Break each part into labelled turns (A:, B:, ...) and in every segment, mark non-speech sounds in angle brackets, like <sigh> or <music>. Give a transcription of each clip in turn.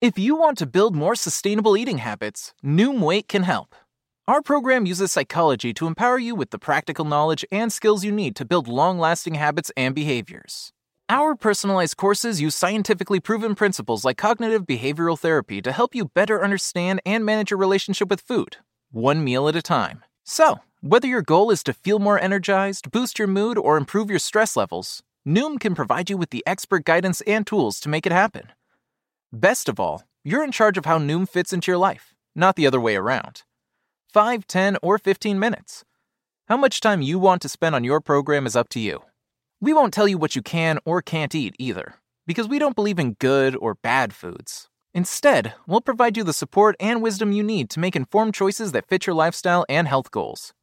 A: If you want to build more sustainable eating habits, Noom Weight can help. Our program uses psychology to empower you with the practical knowledge and skills you need to build long lasting habits and behaviors. Our personalized courses use scientifically proven principles like cognitive behavioral therapy to help you better understand and manage your relationship with food, one meal at a time. So, whether your goal is to feel more energized, boost your mood, or improve your stress levels, Noom can provide you with the expert guidance and tools to make it happen. Best of all, you're in charge of how Noom fits into your life, not the other way around. 5, 10, or 15 minutes. How much time you want to spend on your program is up to you. We won't tell you what you can or can't eat either, because we don't believe in good or bad foods. Instead, we'll provide you the support and wisdom you need to make informed choices that fit your lifestyle and health goals.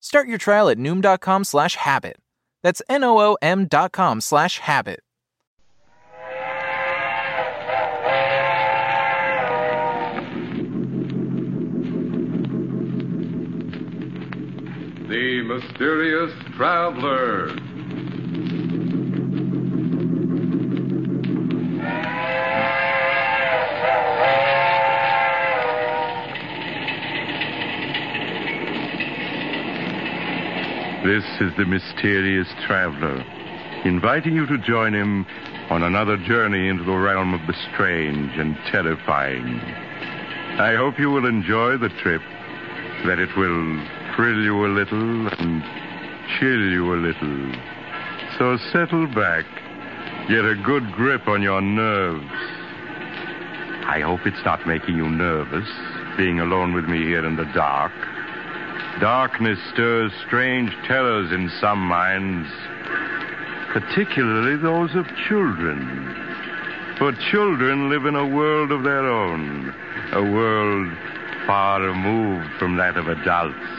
A: Start your trial at noom.com slash habit. That's N-O-O-M dot com slash habit.
B: The Mysterious Traveler.
C: This is the mysterious traveler, inviting you to join him on another journey into the realm of the strange and terrifying. I hope you will enjoy the trip, that it will thrill you a little and chill you a little. So settle back, get a good grip on your nerves. I hope it's not making you nervous, being alone with me here in the dark. Darkness stirs strange terrors in some minds, particularly those of children. For children live in a world of their own, a world far removed from that of adults.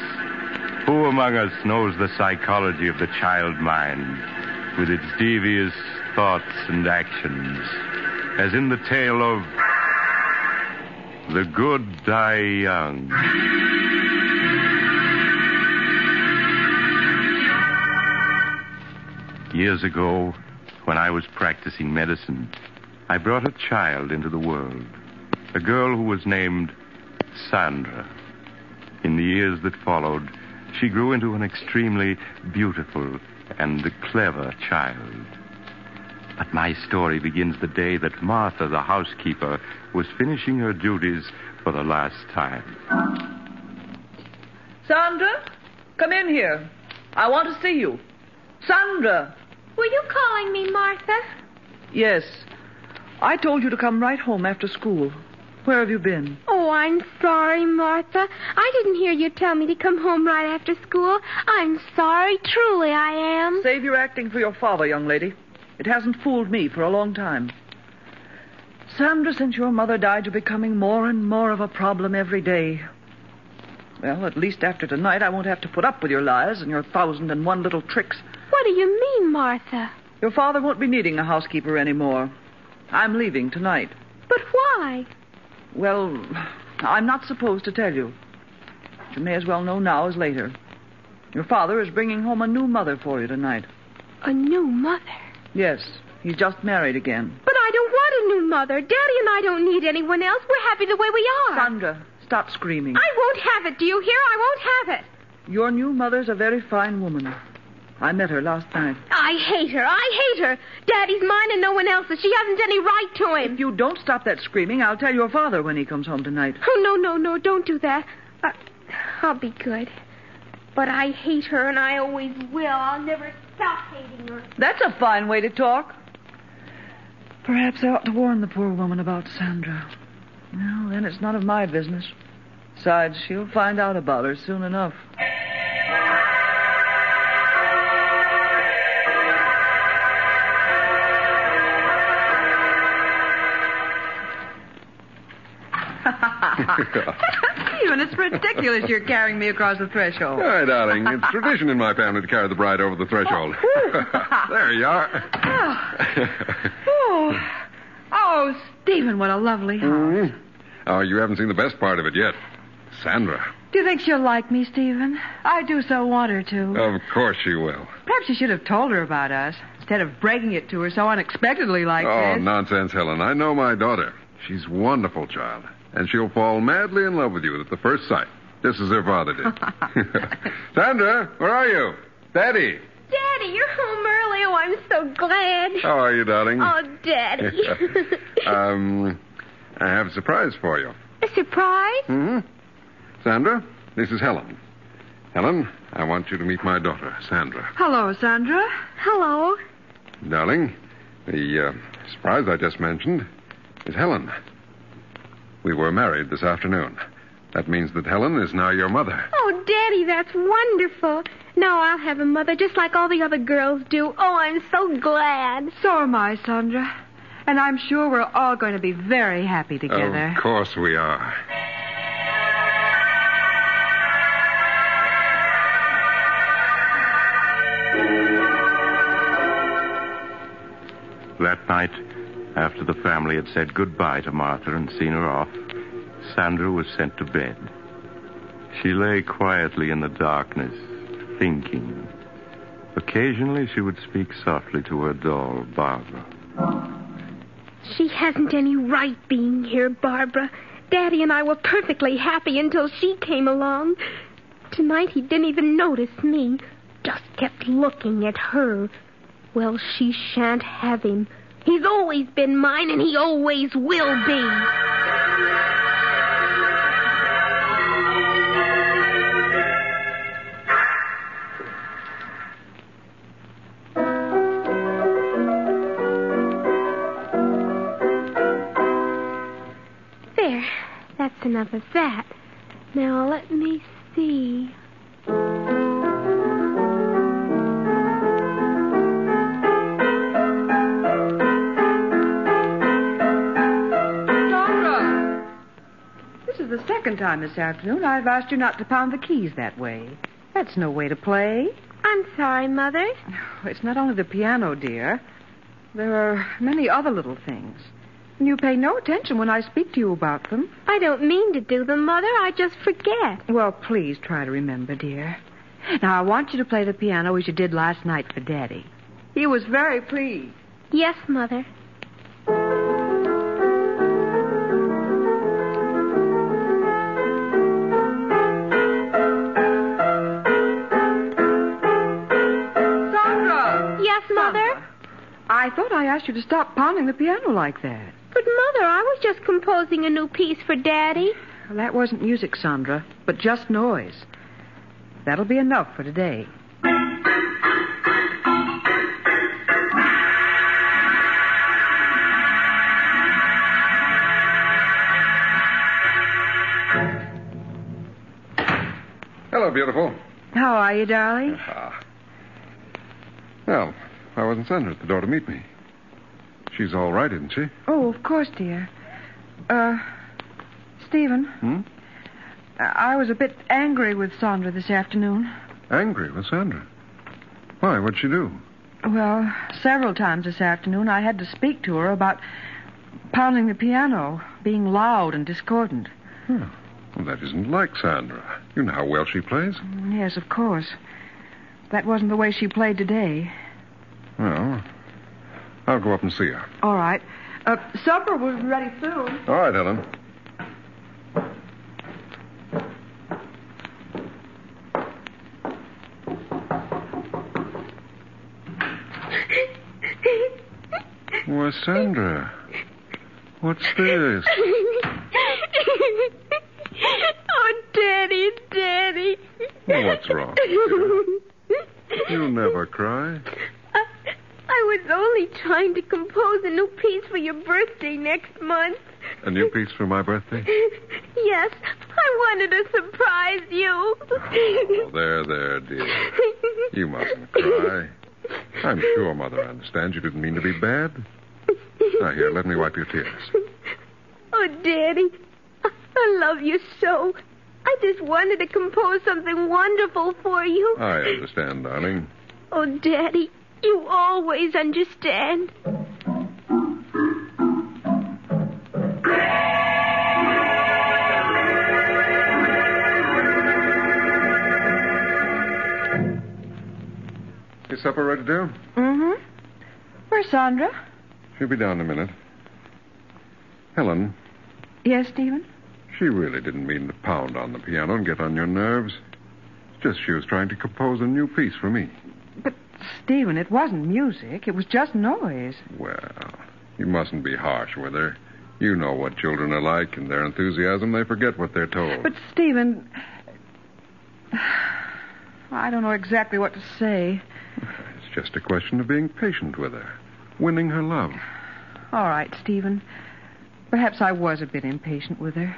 C: Who among us knows the psychology of the child mind, with its devious thoughts and actions, as in the tale of The Good Die Young? Years ago, when I was practicing medicine, I brought a child into the world, a girl who was named Sandra. In the years that followed, she grew into an extremely beautiful and clever child. But my story begins the day that Martha, the housekeeper, was finishing her duties for the last time.
D: Sandra, come in here. I want to see you. Sandra,
E: Were you calling me Martha?
D: yes. I told you to come right home after school. Where have you been?
E: Oh, I'm sorry, Martha. I didn't hear you tell me to come home right after school. I'm sorry, truly I am.
D: Save your acting for your father, young lady. It hasn't fooled me for a long time. Sandra, since your mother died, you're becoming more and more of a problem every day. Well, at least after tonight, I won't have to put up with your lies and your thousand and one little tricks.
E: What do you mean, Martha?
D: Your father won't be needing a housekeeper anymore. I'm leaving tonight.
E: But why?
D: Well, I'm not supposed to tell you. But you may as well know now as later. Your father is bringing home a new mother for you tonight.
E: A new mother.
D: Yes, he's just married again.
E: But I don't want a new mother. Daddy and I don't need anyone else. We're happy the way we are.
D: Sandra, stop screaming.
E: I won't have it, do you hear? I won't have it.
D: Your new mother's a very fine woman. I met her last night.
E: I hate her. I hate her. Daddy's mine and no one else's. She hasn't any right to him.
D: If you don't stop that screaming, I'll tell your father when he comes home tonight.
E: Oh, no, no, no, don't do that. I, I'll be good. But I hate her, and I always will. I'll never stop hating her.
D: That's a fine way to talk. Perhaps I ought to warn the poor woman about Sandra. Well, then it's none of my business. Besides, she'll find out about her soon enough. <laughs> Even it's ridiculous you're carrying me across the threshold.
B: Hi, darling. It's tradition in my family to carry the bride over the threshold. <laughs> there you are.
D: Oh, oh, Stephen, what a lovely house.
B: Oh, you haven't seen the best part of it yet. Sandra.
F: Do you think she'll like me, Stephen? I do so want her to.
B: Of course she will.
F: Perhaps you should have told her about us instead of breaking it to her so unexpectedly like
B: Oh,
F: this.
B: nonsense, Helen. I know my daughter. She's wonderful, child. And she'll fall madly in love with you at the first sight, just as her father did. <laughs> Sandra, where are you? Daddy,
E: Daddy, you're home early. Oh, I'm so glad.
C: Um,
B: how are you, darling?
E: Oh,
C: <laughs>
E: Daddy.
B: <laughs>
C: uh,
B: um, I have a surprise for you.
E: <laughs> A surprise?
B: hmm Sandra, this is Helen. Helen, I want you to meet my daughter, Sandra.
D: Hello, Sandra.
E: Hello.
B: Darling, the uh, surprise I just mentioned is Helen. We were married this afternoon. That means that Helen is now your mother.
E: Oh, Daddy, that's wonderful. Now I'll have a mother just like all the other girls do. Oh, I'm so glad.
D: So am I, Sandra. And I'm sure we're all going to be very happy together.
B: Of course we are.
C: That night, after the family had said goodbye to Martha and seen her off, Sandra was sent to bed. She lay quietly in the darkness, thinking. Occasionally, she would speak softly to her doll, Barbara.
E: She hasn't any right being here, Barbara. Daddy and I were perfectly happy until she came along. Tonight he didn't even notice me, just kept looking at her. Well, she shan't have him. He's always been mine, and he always will be. There. That's enough of that. Now let me see.
D: Sandra! This is the second time this afternoon I've asked you not to pound the keys that way. That's no way to play. <sighs>
E: I'm sorry, Mother.
D: It's not only the piano, dear. There are many other little things. And you pay no attention when I speak to you about them.
E: I don't mean to do them, Mother. I just forget.
D: Well, please try to remember, dear. Now, I want you to play the piano as you did last night for Daddy. He was very pleased.
E: Yes, Mother.
D: Sandra!
E: Yes, Mother.
D: I thought I asked you to stop pounding the piano like that.
E: But, Mother, I was just composing a new piece
D: <laughs>
E: for Daddy.
D: Well, that wasn't music, Sandra, but just noise. That'll be enough for today.
B: Hello, beautiful.
D: How are you, darling?
B: Ah. Well, why wasn't Sandra at the door to meet me? She's all right, isn't she?
D: Oh, of course, dear. Uh, Stephen. Uh,
B: Hmm?
D: I I was a bit angry with Sandra this afternoon.
B: Angry with Sandra. Why? What'd she do?
D: Well, several times this afternoon I had to speak to her about pounding the piano, being loud and discordant.
B: Well, that isn't like Sandra. You know how well she plays.
D: Yes, of course. That wasn't the way she played today.
B: Well, I'll go up and see her.
D: All right. Uh, supper will be ready soon.
B: All right, Helen. Why, Sandra, what's
E: <laughs>
B: this?
E: oh, Daddy, Daddy.
B: Well, what's wrong, You never cry.
E: I, I was only trying to compose a new piece for your birthday next month.
B: A new piece for my birthday?
E: Yes, I wanted to surprise you.
B: Oh, there, there, dear. You mustn't cry. I'm sure Mother understands you didn't mean to be bad. Now, here, let me wipe your tears.
E: Oh, Daddy, I, I love you so. I just wanted to compose something wonderful for you.
B: I understand, darling.
E: Oh, Daddy, you always understand.
B: Is supper ready, dear?
D: Mm-hmm. Where's Sandra?
B: She'll be down in a minute. Helen,
D: Yes, Stephen?
B: she really didn't mean to pound on the piano and get on your nerves. Just she was trying to compose a new piece for me.
D: But, Stephen, it wasn't music. It was just noise.
B: Well, you mustn't be harsh with her. You know what children are like. In their enthusiasm, they forget what they're told.
D: But, Stephen, <sighs> I don't know exactly what to say.
B: It's just a question of being patient with her, winning her love.
D: All right, Stephen. Perhaps I was a bit impatient with her.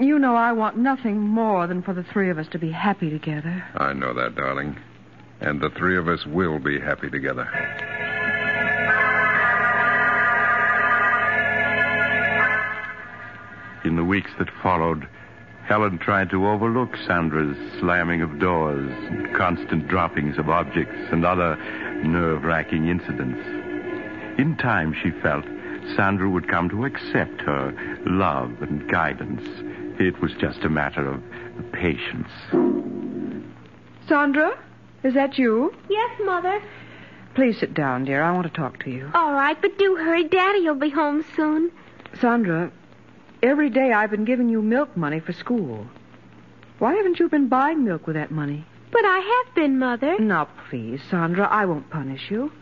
D: You know I want nothing more than for the three of us to be happy together.
B: I know that, darling. And the three of us will be happy together.
C: In the weeks that followed, Helen tried to overlook Sandra's slamming of doors, constant droppings of objects, and other nerve racking incidents. In time, she felt, Sandra would come to accept her love and guidance. It was just a matter of patience.
D: Sandra, is that you?
E: Yes, Mother.
D: Please sit down, dear. I want to talk to you.
E: All right, but do hurry. Daddy'll be home soon.
D: Sandra, every day I've been giving you milk money for school. Why haven't you been buying milk with that money?
E: But I have been, Mother.
B: Mm.
D: Now, please, Sandra, I won't punish you.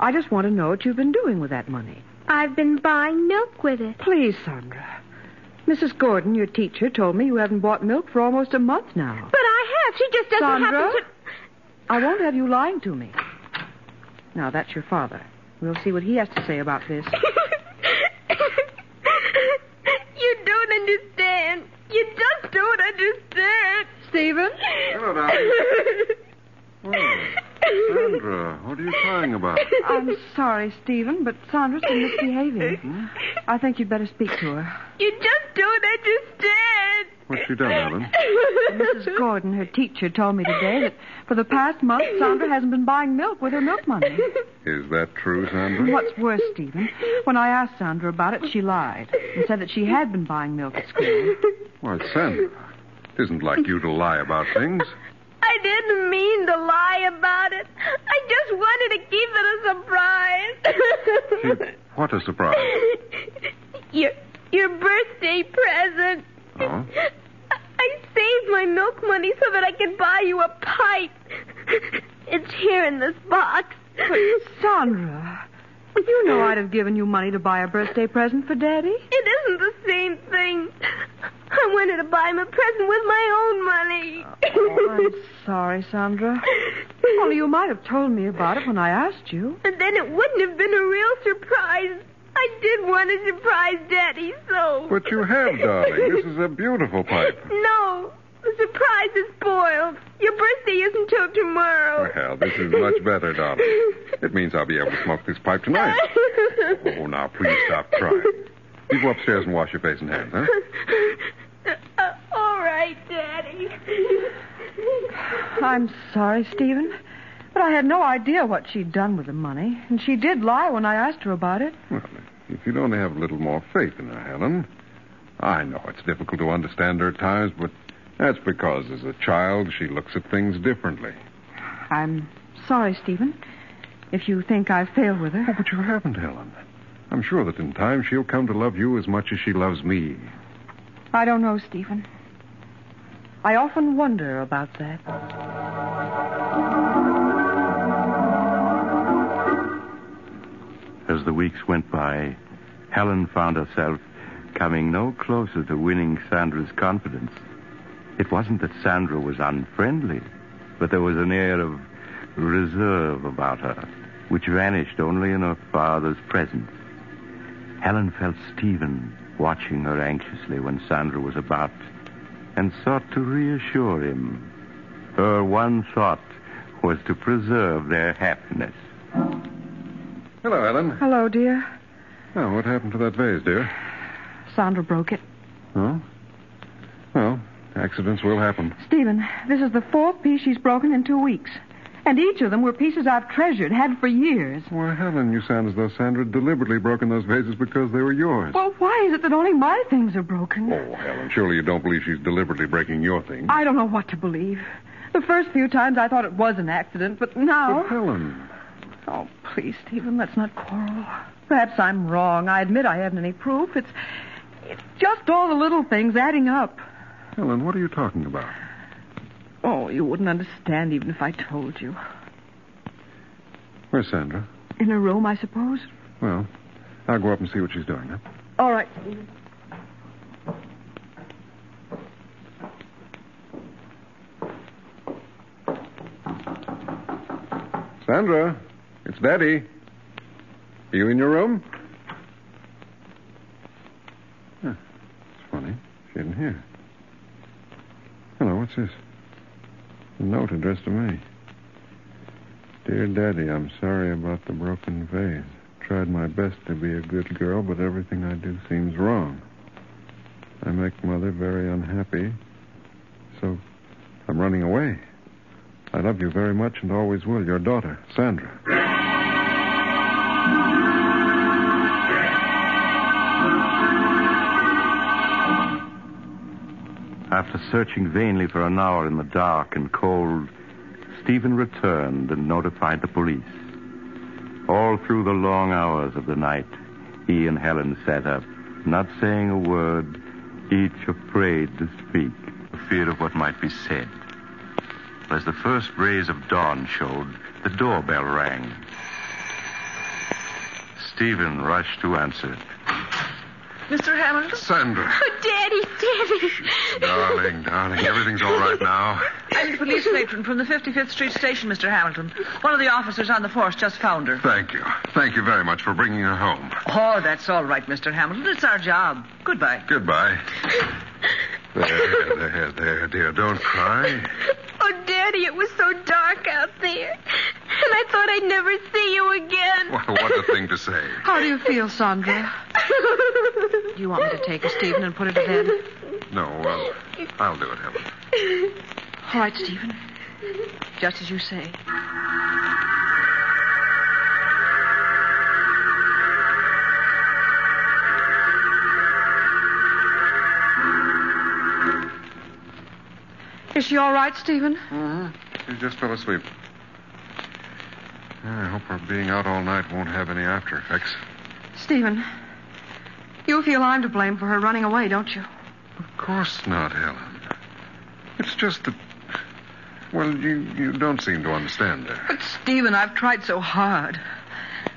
D: I just want to know what you've been doing with that money.
E: I've been buying milk with it.
D: Please, Sandra. Mrs. Gordon, your teacher, told me you haven't bought milk for almost a month now.
E: But I have. She just doesn't
D: Sandra?
E: happen to.
D: I won't have you lying to me. Now, that's your father. We'll see what he has to say about this. <laughs>
E: <laughs> you don't understand. You just don't understand.
D: Stephen?
B: Hello, darling.
E: <laughs> Hmm.
B: Oh, Sandra, what are you crying about?
D: I'm sorry, Stephen, but Sandra's been Oh, misbehaving. I think you'd better speak to her.
E: You just don't understand.
B: What's she done, Helen?
E: <laughs>
D: Mrs. Gordon, her teacher, told me today that for the past month, Sandra hasn't been buying milk with her milk money.
B: Is that true, Sandra?
D: And What's worse, Stephen, when I asked Sandra about it, she lied and said that she had been buying milk at school.
B: Why, Sandra, it isn't like you to lie about things.
E: I didn't mean to lie about it. I just wanted to keep it a surprise.
B: What a surprise.
E: your your birthday present.
B: Oh?
E: I, I saved my milk money so that I could buy you a pipe. It's here in this box.
D: Sandra, you know I'd have given you money to buy a birthday present for Daddy.
E: It isn't the same thing. I wanted to buy him a present with my own
D: Oh, I'm
E: money.
D: sorry, Sandra.
B: Uh,
D: Only you might have told me about it when I asked you.
E: <laughs> and then it wouldn't have been a real surprise. I did want to surprise Daddy, so.
B: But you have, darling. This is a beautiful pipe.
E: No, the surprise is spoiled. Your birthday isn't till tomorrow.
B: Well, this is much better, darling. It means I'll be able to smoke this pipe tonight. Oh, now, please stop crying. You go upstairs and wash your face and hands, huh?
E: <laughs> Uh, all right, Daddy.
D: I'm sorry, Stephen, but I had no idea what she'd done with the money, and she did lie when I asked her about it.
B: Well, if you'd only have a little more faith in her, Helen. I know it's difficult to understand her at times, but that's because as a child she looks at things differently.
D: I'm sorry, Stephen, if you think I failed with her.
B: But you haven't, Helen. I'm sure that in time she'll come to love you as much as she loves me.
D: I don't know, Stephen. I often wonder about that.
C: As the weeks went by, Helen found herself coming no closer to winning Sandra's confidence. It wasn't that Sandra was unfriendly, but there was an air of reserve about her, which vanished only in her father's presence. Helen felt Stephen watching her anxiously when Sandra was about and sought to reassure him. Her one thought was to preserve their happiness.
B: Hello, Helen.
D: Hello, dear.
B: Oh, what happened to that vase, dear?
D: Sandra broke it.
B: Huh? Well, accidents will happen.
D: Stephen, this is the fourth piece she's broken in two weeks. And each of them were pieces I've treasured, had for years.
B: Why, Helen, you sound as though Sandra had deliberately broken those vases because they were yours.
D: Well, why is it that only my things are broken?
B: Oh, Helen, surely you don't believe she's deliberately breaking your things.
D: I don't know what to believe. The first few times I thought it was an accident, but
B: But,
D: now.
B: Helen,
D: Oh, please, Stephen, let's not quarrel. Perhaps I'm wrong. I admit I haven't any proof. It's, it's just all the little things adding up.
B: Helen, what are you talking about?
D: Oh, you wouldn't understand even if I told you.
B: Where's Sandra?
D: In her room, I suppose.
B: Well, I'll go up and see what she's doing. Huh?
D: All right.
B: Sandra, it's Daddy. Are you in your room? Huh. It's funny. She isn't here. Hello, what's this? A note addressed to me. Dear Daddy, I'm sorry about the broken vase. Tried my best to be a good girl, but everything I do seems wrong. I make Mother very unhappy, so I'm running away. I love you very much and always will. Your daughter, Sandra.
C: After searching vainly for an hour in the dark and cold, Stephen returned and notified the police. All through the long hours of the night, he and Helen sat up, not saying a word, each afraid to speak, for fear of what might be said. As the first rays of dawn showed, the doorbell rang. Stephen rushed to answer it.
G: Mr. Hammond?
B: Sandra.
E: Oh, Daddy, Daddy.
B: darling, darling, everything's all right now.
G: I'm the police matron from the 55th Street station, Mr. Hamilton. One of the officers on the force just found her.
B: Thank you. Thank you very much for bringing her home.
G: Oh, that's all right, Mr. Hamilton. It's our job. Goodbye.
B: Goodbye. There, there, there, dear. Don't cry.
E: Oh, Daddy, it was so dark out there. And I thought I'd never see you again. <laughs>
B: What, what a thing to say.
D: How do you feel, Sandra? Do you want me to take her, Stephen, and put her to bed?
B: No, well, I'll do it, Helen.
D: All right, Stephen. Just as you say. Is she all right, Stephen?
B: She just fell asleep. I hope her being out all night won't have any after effects.
D: Stephen, you feel I'm to blame for her running away, don't you?
B: Of course not, Helen. It's just that. Well, you, you don't seem to understand her.
D: But, Stephen, I've tried so hard.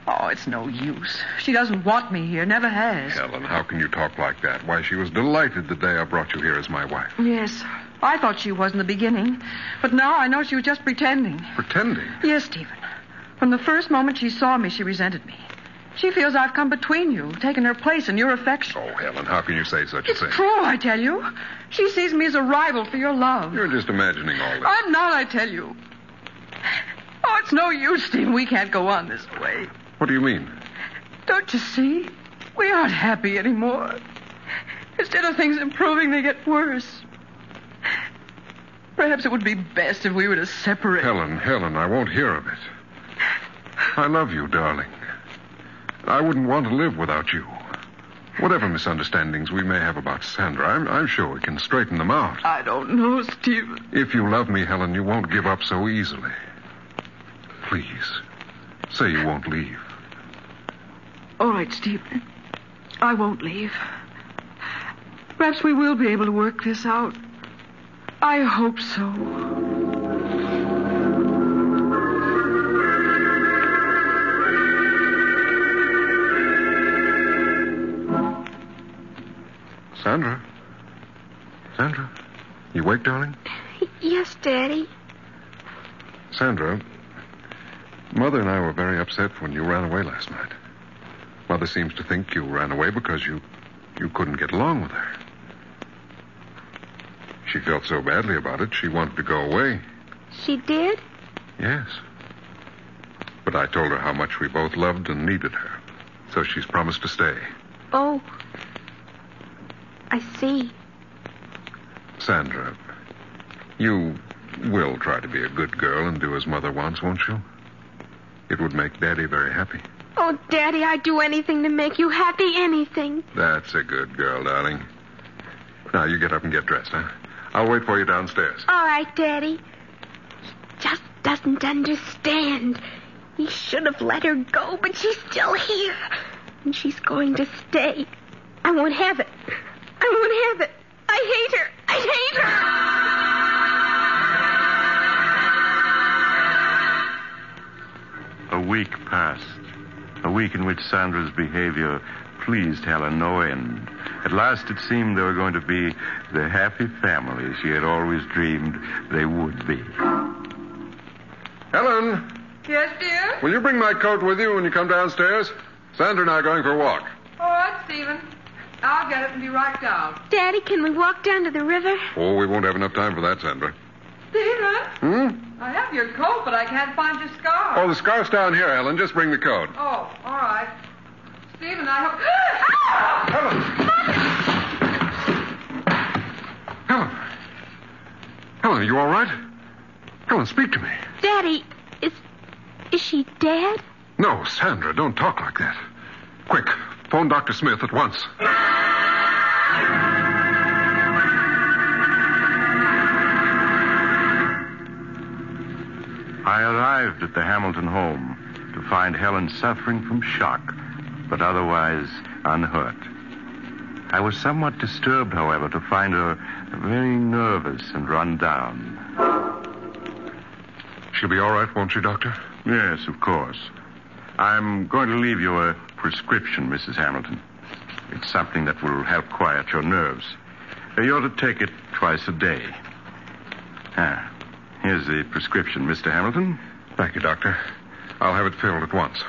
D: Oh, it's no use. She doesn't want me here, never has.
B: Helen, how can you talk like that? Why, she was delighted the day I brought you here as my wife.
D: Yes, I thought she was in the beginning, but now I know she was just pretending.
B: Pretending.
D: Yes, Stephen. From the first moment she saw me, she resented me. She feels I've come between you, taken her place in your affection.
B: Oh, Helen, how can you say such
D: it's
B: a thing?
D: true, I tell you. She sees me as a rival for your love.
B: You're just imagining all this.
D: I'm not, I tell you. Oh, it's no use, Stephen. We can't go on this way.
B: What do you mean?
D: Don't you see? We aren't happy anymore. Instead of things improving, they get worse. Perhaps it would be best if we were to separate.
B: Helen, Helen, I won't hear of it. I love you, darling. I wouldn't want to live without you. Whatever misunderstandings we may have about Sandra, I'm, I'm sure we can straighten them out.
D: I don't know, Stephen.
B: If you love me, Helen, you won't give up so easily. Please, say you won't leave.
D: All right, Stephen. I won't leave. Perhaps we will be able to work this out. I hope so.
B: Sandra? Sandra? You awake, darling?
E: Yes, Daddy.
B: Sandra, Mother and I were very upset when you ran away last night. Mother seems to think you ran away because you you couldn't get along with her. She felt so badly about it, she wanted to go away.
E: She did?
B: Yes. But I told her how much we both loved and needed her. So she's promised to stay.
E: Oh. I see.
B: Sandra, you will try to be a good girl and do as Mother wants, won't you? It would make Daddy very happy.
E: Oh, Daddy, I'd do anything to make you happy, anything.
B: That's a good girl, darling. Now, you get up and get dressed, huh? I'll wait for you downstairs.
E: All right, Daddy. He just doesn't understand. He should have let her go, but she's still here. And she's going to stay. I won't have it. I won't have it. I hate her. I hate her.
C: A week passed. A week in which Sandra's behavior pleased Helen no end. At last, it seemed they were going to be the happy family she had always dreamed they would be.
B: Helen,
H: Yes, dear?
B: will you bring my coat with you when you come downstairs? Sandra and I are going for a walk.
H: All right, Stephen. I'll get it and be right down.
E: Daddy, can we walk down to the river?
B: Oh, we won't have enough time for that, Sandra.
H: Stephen,
B: Hmm?
H: I have your coat, but I can't find your scarf.
B: Oh, the scarf's down here, Helen. Just bring the coat.
H: Oh, all right. Stephen, I hope. Ah!
B: Helen! Helen! Helen, are you all right? Helen, speak to me.
E: Daddy, is is she dead?
B: No, Sandra, don't talk like that. Quick, phone Dr. Smith at once.
C: I arrived at the Hamilton home to find Helen suffering from shock, but otherwise unhurt. I was somewhat disturbed, however, to find her very nervous and run down.
B: She'll be all right, won't she, Doctor?
C: Yes, of course. I'm going to leave you a prescription, Mrs. Hamilton. It's something that will help quiet your nerves. You're to take it twice a day. Ah, here's the prescription, Mr. Hamilton.
B: Thank you, Doctor. I'll have it filled at once.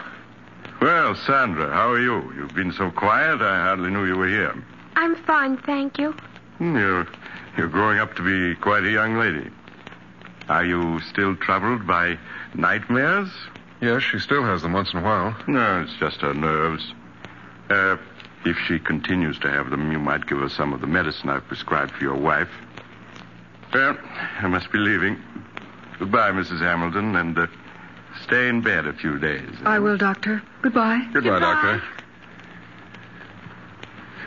C: Well, Sandra, how are you? You've been so quiet, I hardly knew you were here.
E: I'm fine, thank you.
C: Hmm, You're, you're growing up to be quite a young lady. Are you still troubled by nightmares?
B: Yes, she still has them once in a while.
C: No, it's just her nerves. Uh, if she continues to have them, you might give her some of the medicine I've prescribed for your wife. Well, I must be leaving. Goodbye, Mrs. Hamilton, and uh, stay in bed a few days.
D: I will, Doctor. Goodbye.
B: Goodbye, Doctor.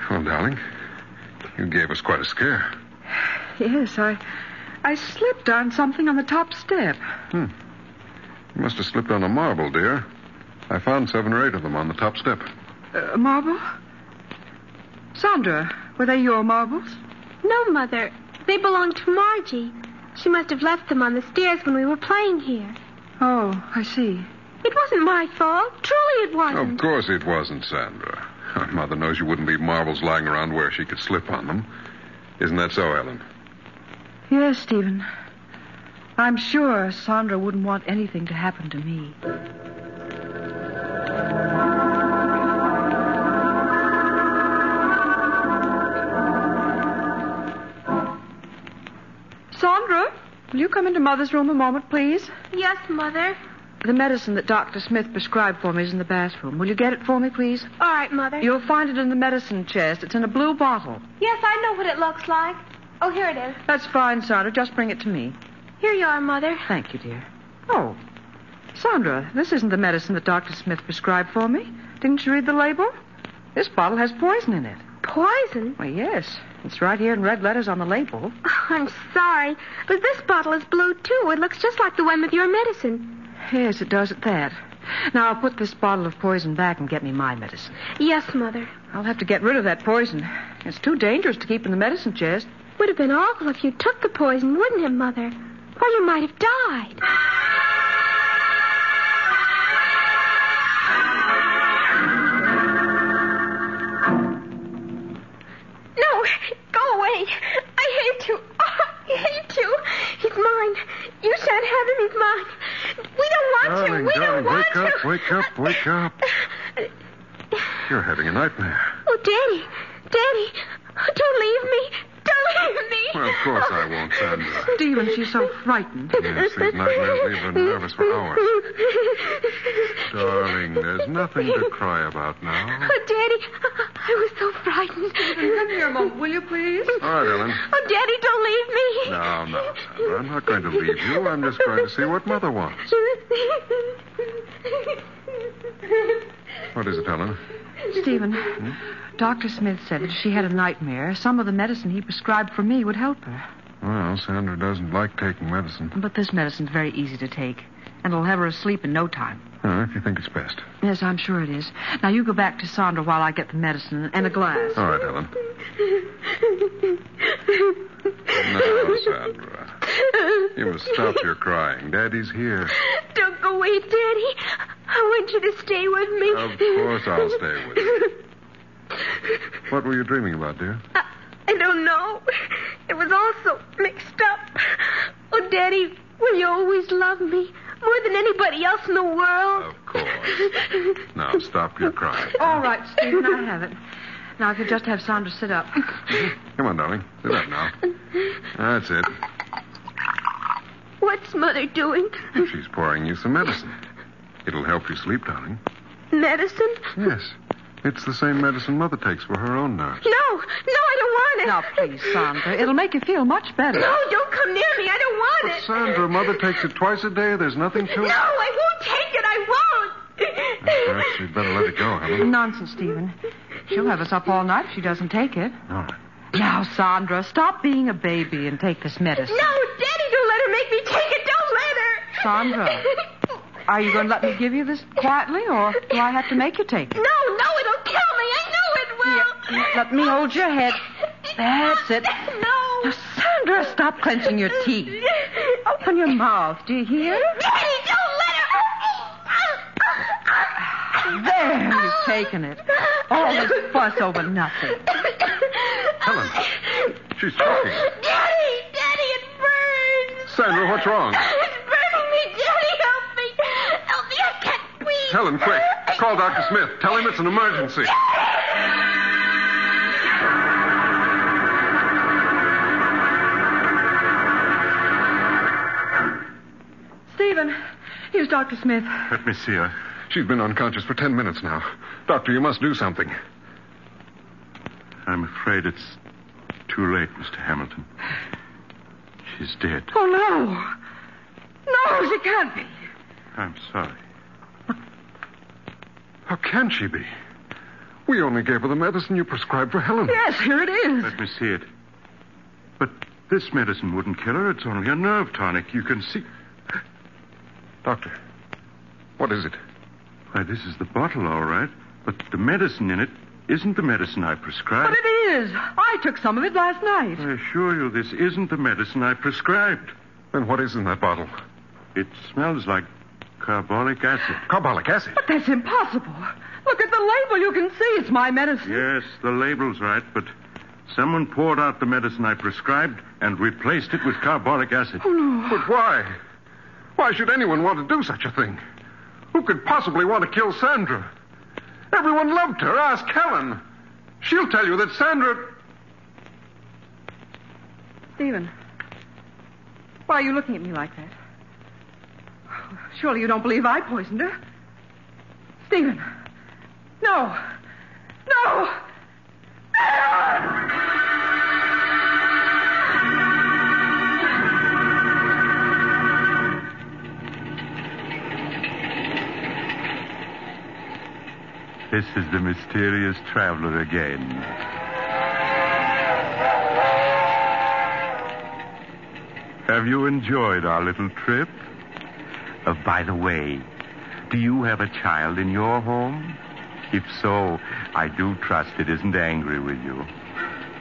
B: Well, darling, you gave us quite a scare.
D: Yes, I I slipped on something on the top step.
B: You must have slipped on a marble, dear. I found seven or eight of them on the top step. <laughs>
D: Uh, marble? Sandra, were they your marbles?
E: No, Mother. They belong to Margie. She must have left them on the stairs when we were playing here.
D: Oh, I see.
E: It wasn't my fault. Truly it
B: Of
E: wasn't.
B: course it wasn't, Sandra. Our mother knows you wouldn't leave marbles lying around where she could slip on them. Isn't that so, Ellen?
D: Yes, Stephen. I'm sure Sandra wouldn't want anything to happen to me. Sandra, will you come into Mother's room a moment, please?
E: Yes, Mother.
D: The medicine that Dr. Smith prescribed for me is in the bathroom. Will you get it for me, please?
E: All right, Mother.
D: You'll find it in the medicine chest. It's in a blue bottle.
E: Yes, I know what it looks like. Oh, here it is.
D: That's fine, Sandra. Just bring it to me.
E: Here you are, Mother.
D: Thank you, dear. Oh, Sandra, this isn't the medicine that Dr. Smith prescribed for me. Didn't you read the label? This bottle has poison in it.
E: Poison?
D: Well, yes. It's right here in red letters on the label.
E: <laughs> Oh, I'm sorry, but this bottle is blue, too. It looks just like the one with your medicine.
D: Yes, it does at that. Now, I'll put this bottle of poison back and get me my medicine.
E: Yes, Mother.
D: I'll have to get rid of that poison. It's too dangerous to keep in the medicine chest.
E: Would have been awful if you took the poison, wouldn't it, Mother? Or you might have died. No, go away. I hate you. Oh, I hate you. He's mine. You shan't have him. He's mine. We don't want
B: Darling,
E: you. We
B: darling,
E: don't want
B: wake
E: you.
B: up, wake up, wake up.
E: <laughs>
B: You're having a <laughs> nightmare.
E: Oh, Daddy. Daddy, don't leave me. Don't leave me.
B: Well, of course I won't, Sandra.
E: <laughs>
D: Stephen, she's so frightened.
B: Yes, these nightmares leave her nervous for hours. Darling, there's nothing to cry about now.
E: Oh, Daddy, I was so frightened.
H: Come here a moment, will you, please?
B: All right, Ellen.
E: Oh, Daddy, don't leave me.
B: No, no, Sandra. I'm not going to leave you. I'm just going to see what Mother wants. What is it, Hmm? Helen?
D: Stephen,
E: Hmm?
D: Dr. Smith said that she had a nightmare. Some of the medicine he prescribed for me would help her.
B: Well, Sandra doesn't like taking medicine.
D: But this medicine's very easy to take. and it'll have her asleep in no time.
B: Oh, if you think it's best.
D: Yes, I'm sure it is. Now you go back to Sandra while I get the medicine and a glass.
B: All right, Helen. Now, Sandra. You must stop your crying. Daddy's here.
E: Don't go away, Daddy. I want you to stay with me.
B: Of course I'll stay with you. What were you dreaming about, dear?
E: I, I don't know. It was all so mixed up. Oh, Daddy, will you always love me more than anybody else in the world?
B: Of course. Now, stop your crying.
D: All right, Stephen, I have it. Now, if you just have Sandra sit up.
B: Come on, darling. Sit up now. That's it.
E: What's Mother
B: <laughs>
E: doing?
B: She's pouring you some medicine. It'll help you sleep, darling.
E: Medicine?
B: Yes. It's the same medicine Mother takes for her own nerves.
E: No, no, I don't want it.
D: Now, please, Sandra, it'll make you feel much better.
E: No, don't come near me. I don't want
B: But,
E: it.
B: Sandra, Mother takes it twice a day. There's nothing to
E: No,
B: it.
E: I won't take it. I won't.
B: Perhaps you'd better let it go, Helen.
D: Nonsense, Stephen. She'll have us up all night if she doesn't take it.
B: All right.
D: Now, Sandra, stop being a baby and take this medicine.
E: No, Daddy, don't let her make me take it. Don't let her.
D: Sandra, Are you going to let me give you this quietly, or do I have to make you take it?
E: No, no, it'll kill me. I know it will.
D: Let- Let me hold your head. That's it.
E: No.
D: Now, Sandra, stop clenching your teeth. Open your mouth, do you hear?
E: Daddy, don't let her.
D: There, you've taken it. All this fuss over nothing.
B: Helen, she's choking.
E: Daddy, Daddy, it burns.
B: Sandra, what's wrong?
E: It's burning me. Daddy, help me. Help me. I can't breathe.
B: Helen, quick. Call Dr. Smith. Tell him it's an emergency.
D: Stephen, here's Dr. Smith.
C: Let me see her.
B: She's been unconscious for ten minutes now. Doctor, you must do something.
C: I'm afraid it's too late, Mr. Hamilton. She's dead.
D: Oh, no. No, she can't be.
C: I'm sorry.
B: How can she be? We only gave her the medicine you prescribed for Helen.
D: Yes, here it is.
C: Let me see it. But this medicine wouldn't kill her. It's only a nerve tonic. You can see.
B: Doctor, what is it?
C: Why, this is the bottle, all right. But the medicine in it isn't the medicine I prescribed.
D: But it is. I took some of it last night.
C: I assure you, this isn't the medicine I prescribed.
B: Then what is in that bottle?
C: It smells like carbolic acid.
B: Carbolic acid.
D: But that's impossible. Look at the label. You can see it's my medicine.
C: Yes, the label's right, but someone poured out the medicine I prescribed and replaced it with carbolic acid.
B: But why? Why should anyone want to do such a thing? Who could possibly want to kill Sandra? Everyone loved her. Ask Helen. She'll tell you that Sandra.
D: Stephen, why are you looking at me like that? Surely you don't believe I poisoned her. Stephen, no. No!
C: This is the mysterious traveler again. Have you enjoyed our little trip? Uh, by the way, do you have a child in your home? If so, I do trust it isn't angry with you.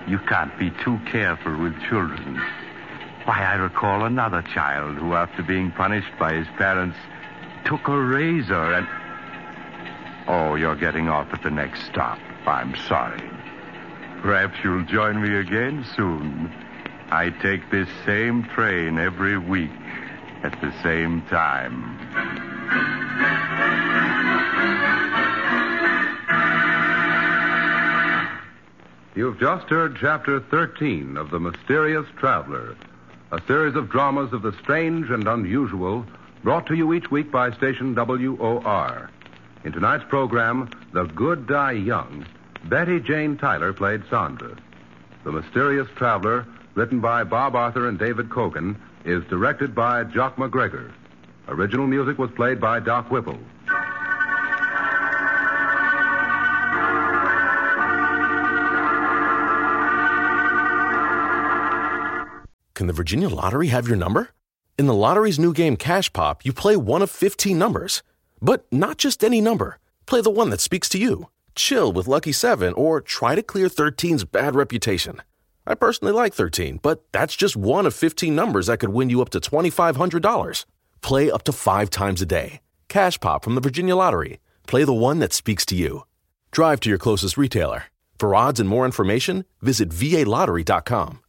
C: You can't be too careful with children. Why, I recall another child who, after being punished by his parents, took a razor and. Oh, you're getting off at the next stop. I'm sorry. Perhaps you'll join me again soon. I take this same train every week at the same time.
I: You've just heard Chapter 13 of The Mysterious Traveler, a series of dramas of the strange and unusual brought to you each week by station WOR. In tonight's program, The Good Die Young, Betty Jane Tyler played Sandra. The Mysterious Traveler, written by Bob Arthur and David Cogan, is directed by Jock McGregor. Original music was played by Doc Whipple.
J: Can the Virginia Lottery have your number? In the lottery's new game Cash Pop, you play one of 15 numbers. But not just any number. Play the one that speaks to you. Chill with Lucky 7 or try to clear 13's bad reputation. I personally like 13, but that's just one of 15 numbers that could win you up to $2,500. Play up to five times a day. Cash Pop from the Virginia Lottery. Play the one that speaks to you. Drive to your closest retailer. For odds and more information, visit VALottery.com.